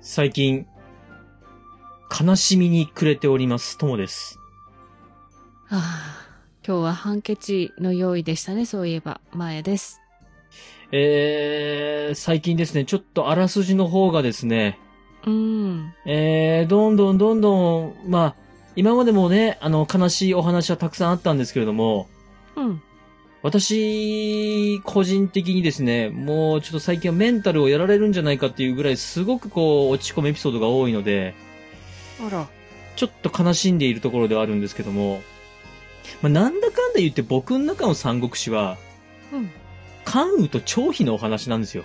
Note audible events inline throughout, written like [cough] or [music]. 最近、悲しみに暮れております、ともです。はあ、今日はハンケチの用意でしたね、そういえば。前です。えー、最近ですね、ちょっとあらすじの方がですね、うん。えー、どんどんどんどん、まあ、今までもね、あの、悲しいお話はたくさんあったんですけれども、うん。私、個人的にですね、もうちょっと最近はメンタルをやられるんじゃないかっていうぐらい、すごくこう、落ち込むエピソードが多いので、あら。ちょっと悲しんでいるところではあるんですけども、まあ、なんだかんだ言って僕の中の三国志は、うん。関羽と張飛のお話なんですよ。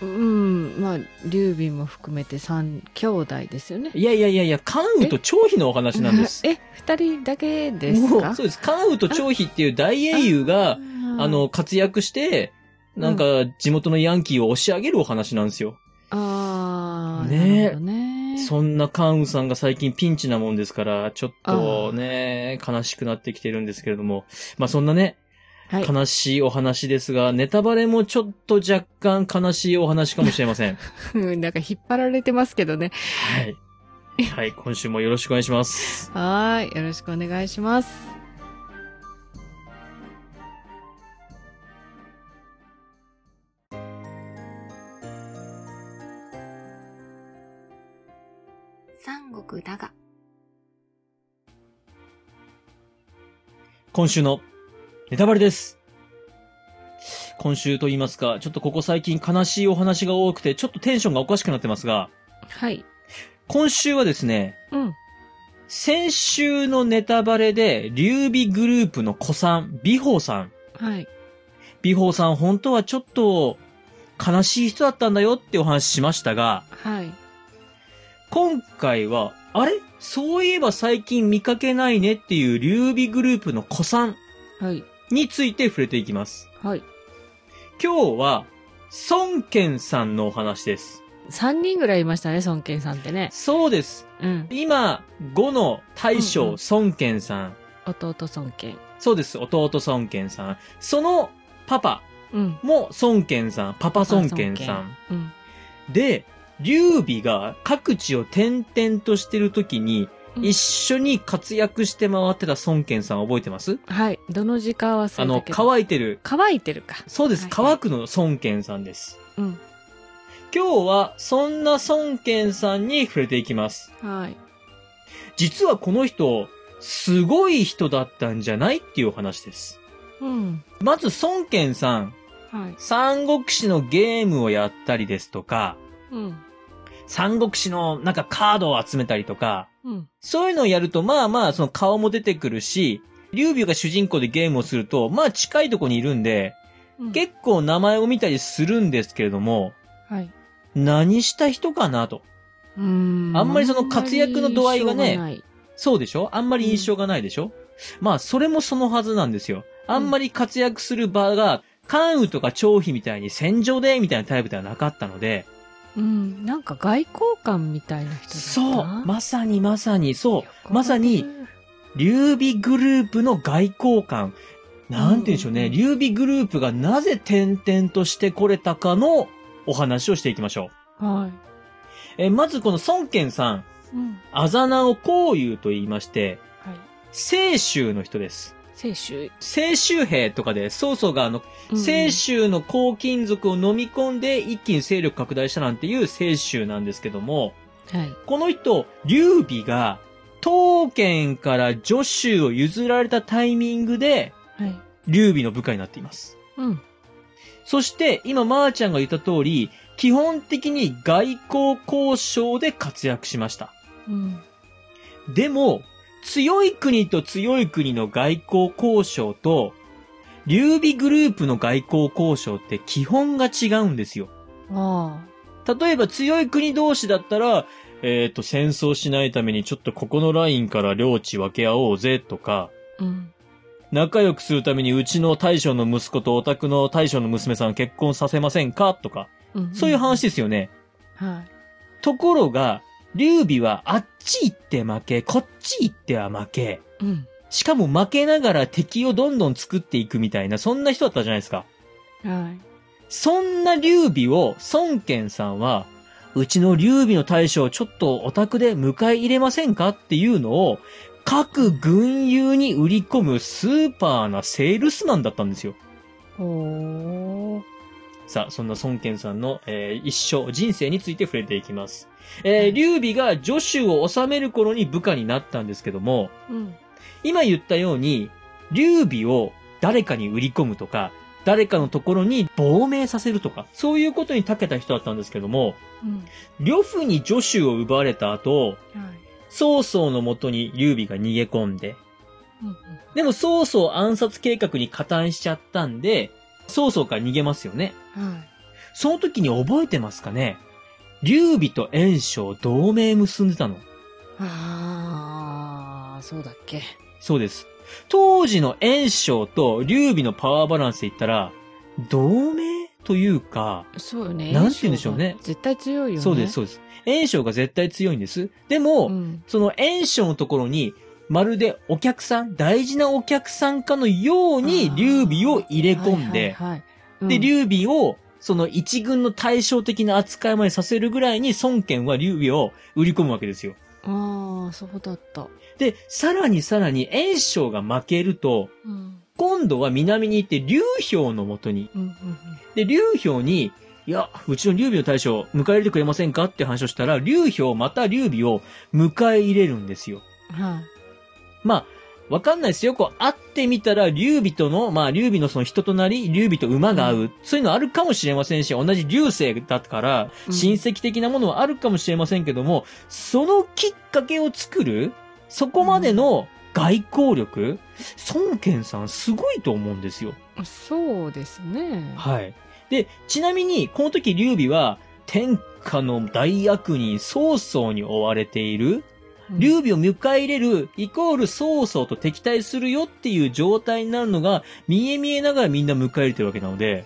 うん。まあ、劉備も含めて三兄弟ですよね。いやいやいやいや、関羽と張飛のお話なんです。え、二人だけですもかうそうです。関羽と張飛っていう大英雄が、あ、の、活躍して、なんか、地元のヤンキーを押し上げるお話なんですよ。あーねえなるほどね。そんな関羽さんが最近ピンチなもんですから、ちょっとね、悲しくなってきてるんですけれども、まあそんなね、はい。悲しいお話ですが、ネタバレもちょっと若干悲しいお話かもしれま [laughs] せん。うん [laughs] なんか引っ張られてますけどね。はい。はい、今週もよろしくお願いします。はーい。よろしくお願いします。三国だが、今週のネタバレです。今週と言いますか、ちょっとここ最近悲しいお話が多くて、ちょっとテンションがおかしくなってますが、はい。今週はですね、うん。先週のネタバレで、劉備グループの子さん、美宝さん。はい。美宝さん本当はちょっと悲しい人だったんだよってお話ししましたが、はい。今回は、あれそういえば最近見かけないねっていう劉備グループの子さんはい。について触れていきます。はい。今日は、孫健さんのお話です。三人ぐらいいましたね、孫権さんってね。そうです。うん。今、5の大うんう将ん孫健さん。弟孫権。そうです。弟孫健さん。そのパパうん。も孫健さん。パパ孫健さん。うん。で、劉備が各地を転々としてる時に、うん一緒に活躍して回ってた孫健さん覚えてますはい。どの時間はそあうだの、けど。乾いてる。乾いてるか。そうです。はい乾くの孫健さんです。うん。今日は、そんな孫健さんに触れていきます。はい。実はこの人、すごい人だったんじゃないっていうお話です。うん。まず、孫健さん、はい。三国志のゲームをやったりですとか、うん。三国志のなんかカードを集めたりとか、うん。そういうのをやると、まあまあ、その顔も出てくるし、劉備が主人公でゲームをすると、まあ近いとこにいるんで、うん結構名前を見たりするんですけれども、はい。何した人かなと。うーん。あんまりその活躍の度合いがねあんまり印象がないそうでしょあんまり印象がないでしょ、まあ、それもそのはずなんですよ。あんまり活躍する場が、関羽とか張飛みたいに戦場で、みたいなタイプではなかったので、うん。なんか外交官みたいな人だったそうまさにまさに、よそく覚えてうるまさに、劉備グループの外交官。なんて言うんでしょうね。うん劉備グループがなぜ転々としてこれたかのお話をしていきましょはう。えーまずこの孫権さん、い。うん。あざなを孔友と言いまして、はい。清州の人です。清州。清州兵とかで、曹操があの、うん清。州の黄金属を飲み込んで一気に勢力拡大したなんていう清州なんですけども、はい。この人、劉備が、刀剣から助手を譲られたタイミングで、はい。劉備の部下になっています。うん。そして、今、まー、ちゃんが言った通り、基本的に外交交渉で活躍しました。うん。でも、強い国と強い国の外交交渉と、劉備グループの外交交渉って基本が違うんですよ。あ例えば強い国同士だったら、えっ、と、戦争しないためにちょっとここのラインから領地分け合おうぜとか、あ。うん。仲良くするためにうちの大将の息子とお宅の大将の娘さん結婚させませんかとか、うん。そういう話。ですよね。はい。ところが、劉備はあっち行って負け、こっち行っては負け。うん。しかも負けながら敵をどんどん作っていくみたいな、そんな人だったじゃないですか。はい。そんな劉備を孫権さんは、うちの劉備の大将をちょっとオタクで迎え入れませんかっていうのを、各軍友に売り込むスーパーなセールスマンだったんですよ。おー。さあ、そんな孫健さんの、えー一生、人生について触れていきます。えー、劉備が助手を治める頃に部下になったんですけども、うん。今言ったように、劉備を誰かに売り込むとか、誰かのところに亡命させるとか、そういうことに長けた人だったんですけども、うん。呂布に助手を奪われた後、はい。曹操のもとに劉備が逃げ込んで、うん。でも曹操暗殺計画に加担しちゃったんで、曹操から逃げますよね。はい。その時に覚えてますかね劉備と袁紹同盟結んでたの。あー、そうだっけ。そうです。当時の袁紹と劉備のパワーバランスで言ったら、同盟というか、そうよね。なんて言うんでしょうね絶対強いよね。そうです、そうです。袁紹が絶対強いんです。でも、うん。その炎章のところに、まるでお客さん、大事なお客さんかのように、劉備を入れ込んで、はいはいはいうんで、劉備を、その一軍の対照的な扱いまでさせるぐらいに、孫権は劉備を売り込むわけですよ。ああ、そうだった。で、さらにさらに、炎章が負けると、うん。今度は南に行って、劉氷のもとに。うん。うんで、劉氷に、いや、うちの劉備の大将、迎え入れてくれませんかって話をしたら、劉氷また劉備を迎え入れるんですよ。うん。はい。まあ、わかんないですよ。こう、会ってみたら、劉備との、まあ、劉備のその人となり、劉備と馬が合う。そういうのあるかもしれませんし、同じ劉姓だから、うん親戚的なものはあるかもしれませんけども、そのきっかけを作る、そこまでの外交力、孫権さんすごいと思うんですよ。そうですね。はい。で、ちなみに、この時劉備は、天下の大悪人曹操に追われている、うん劉備を迎え入れる、イコール曹操と敵対するよっていう状態になるのが、見え見えながらみんな迎え入れてるわけなので、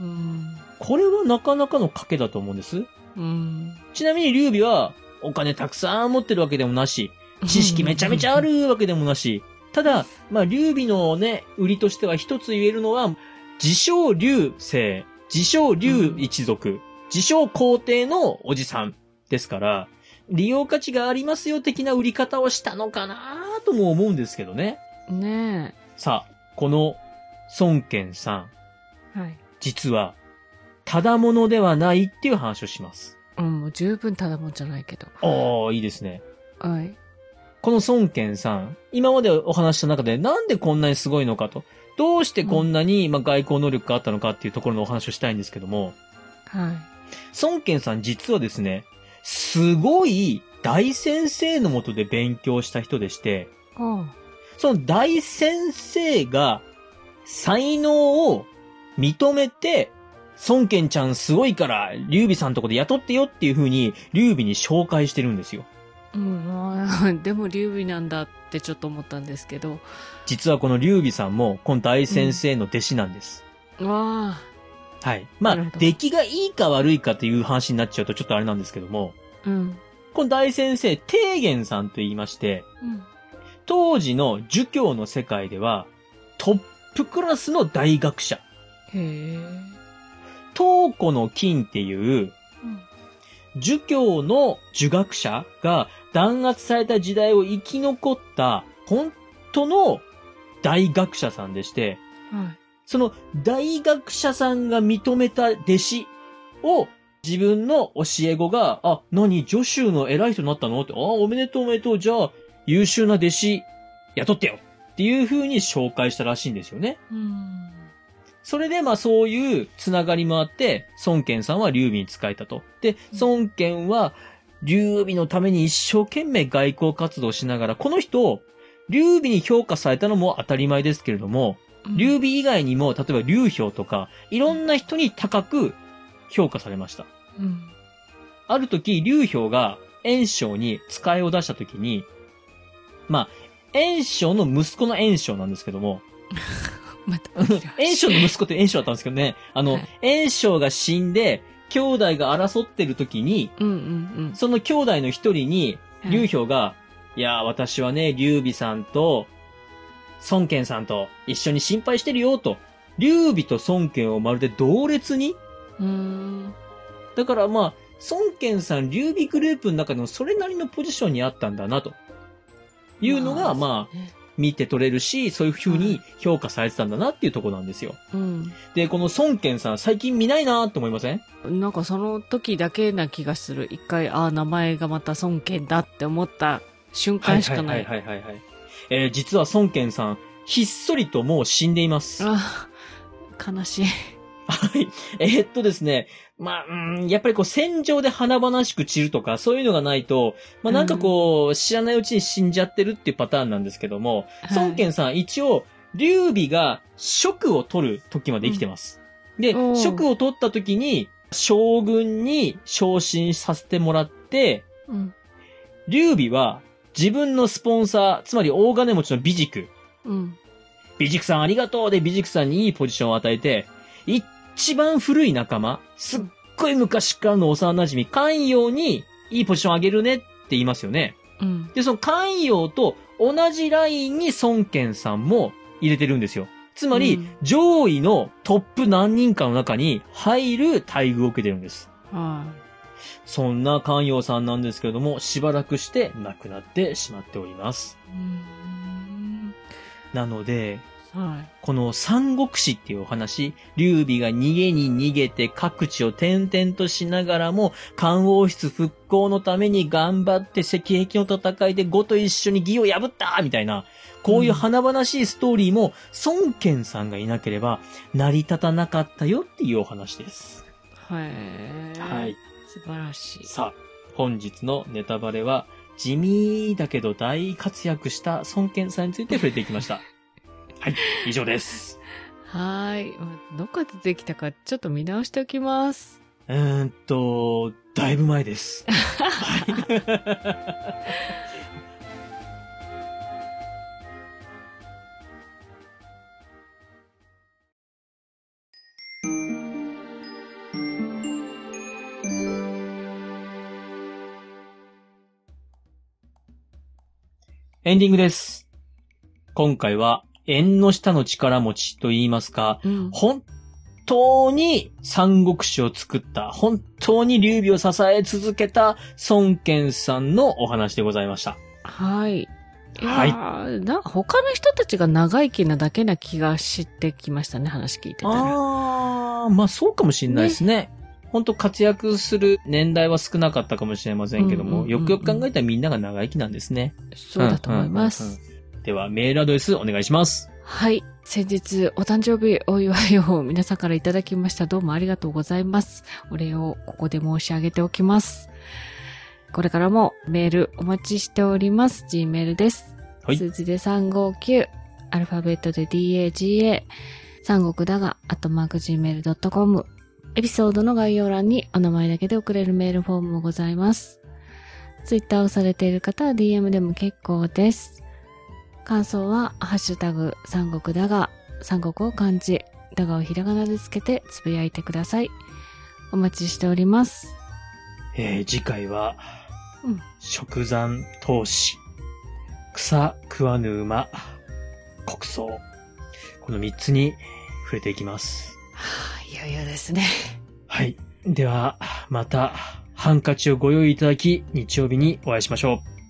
うん。これはなかなかの賭けだと思うんです。うん。ちなみに劉備は、お金たくさん持ってるわけでもなし、知識めちゃめちゃあるわけでもなし、ただ、まあ、劉備のね、売りとしては一つ言えるのは、自称劉姓、自称劉一族、自称皇帝のおじさんですから、利用価値がありますよ的な売り方をしたのかなとも思うんですけどね。ねさあ、この孫権さん、え。はい。実は、ただものではないっていう話をします。うん、もう十分ただもんじゃないけど。ああ、いいですね。はい。この孫権さん、今までお話した中でなんでこんなにすごいのかと、どうしてこんなに、まあ、外交能力があったのかっていうところのお話をしたいんですけども、はい。孫権さん実はですね、すごい大先生のもとで勉強した人でして、あその大先生が才能を認めて、孫権ちゃんすごいから、劉備さんとこで雇ってよっていう風に、劉備に紹介してるんですよ。あ。うん、ああ [laughs] でも劉備なんだってちょっと思ったんですけど。実はこの劉備さんも、この大先生の弟子なんです。わあ。はい。まあなるほ、ど出来がいいか悪いかという話になっちゃうとちょっとあれなんですけども、うん。この大先生、提言さんと言いまして、うん。当時の儒教の世界では、トップクラスの大学者、へえ。東湖の金っていう、儒教の儒学者が弾圧された時代を生き残った、本当の大学者さんでして、うん。はい。その大学者さんが認めた弟子を自分の教え子が、あ、何、助手の偉い人になったのって、あ、おめでとうおめでとう、じゃあ優秀な弟子雇ってよっていう風に紹介したらしいんですよね。うん。それでまあそういうつながりもあって、孫権さんは劉備に仕えたと。で、孫権は劉備のために一生懸命外交活動をしながら、この人、劉備に評価されたのも当たり前ですけれども、劉備以外にも、例えば劉氷とか、いろんな人に高く評価されました。うん。ある時、劉氷が袁紹に使いを出した時に、まあ、袁紹の息子の袁紹なんですけども、また紛らわしい。袁紹の息子って袁紹だったんですけどね、あのはい、袁紹が死んで、兄弟が争ってる時に、うんうんその兄弟の一人に、うん。劉氷が、いやー、私はね、劉備さんと、孫権さんと一緒に心配してるよ、と。劉備と孫権をまるで同列にうーん。だからまあ、孫健さん、劉備グループの中でもそれなりのポジションにあったんだな、というのが、まあ、ね見て取れるし、そういう風に評価されてたんだなっていうところなんですよ。うん。で、この孫健さん、最近見ないなって思いませんなんかその時だけな気がする。一回、ああ、名前がまた孫権だって思った瞬間しかない。はいはいはいはいはい。えー実は孫健さん、ひっそりともう死んでいます。はああ、悲しい。い。えーっとですね、まあ、うんやっぱりこう戦場で華々しく散るとか、そういうのがないと、まあなんかこう、知らないうちに死んじゃってるっていうパターンなんですけども、はい孫健さん一応、劉備が職を取る時まで生きてます。でお、ー職を取った時に、将軍に昇進させてもらって、うん。劉備は自分のスポンサー、つまり大金持ちの美塾、うん。美塾さんありがとうで美塾さんにいいポジションを与えて、一番古い仲間、すっごい昔からの幼馴染み、関陽にいいポジションあげるねって言いますよね。うん。で、その関陽と同じラインに孫権さんも入れてるんですよ。つまり、うん上位のトップ何人かの中に入る待遇を受けてるんです。はそんな関陽さんなんですけれども、しばらくして亡くなってしまっております。い。うん。なので、はい。この三国志っていうお話、劉備が逃げに逃げて各地を転々としながらも、漢王室復興のために頑張って石壁の戦いで呉と一緒に義を破ったみたいな、こういう華々しいストーリーも、孫権さんがいなければ成り立たなかったよっていうお話です。はい。。。素晴らしい。さあ、本日のネタバレは、地味だけど大活躍した孫権さんについて触れていきました。はい、以上です。はい。どっかでできたか、ちょっと見直しておきます。うーんと、だいぶ前です。はいエンディングです。今回は、縁の下の力持ちと言いますか、うん。本当に三国志を作った、本当に劉備を支え続けた孫権さんのお話でございました。はい。はいいやー。な、他の人たちが長生きなだけな気がしてきましたね、話聞いてたら。あ [laughs] ー、まあそうかもしれないですね。本当活躍する年代は少なかったかもしれませんけどうんうも、んうんうよんくよく考えたらみんなが長生きなんですね。そうだと思います。うんうんうんうん。では、メールアドレスお願いします。はい。先日、お誕生日お祝いを皆さんからいただきました。どうもありがとうございます。お礼をここで申し上げておきます。これからもメールお待ちしております。Gmail です。はい数字で359、アルファベットで DAGA、三国だが、あとマーク Gmail.com。エピソードの概要欄にお名前だけで送れるメールフォームもございます。ツイッターをされている方は DM でも結構です。感想は、ハッシュタグ、三国だが、三国を漢字、だがをひらがなでつけてつぶやいてください。お待ちしております。えー、次回は、うん食山投資、草食わぬ馬、国葬。この三つに触れていきます。はあ、いよいよですね。はい。では、また、ハンカチをご用意いただき、日曜日にお会いしましょう。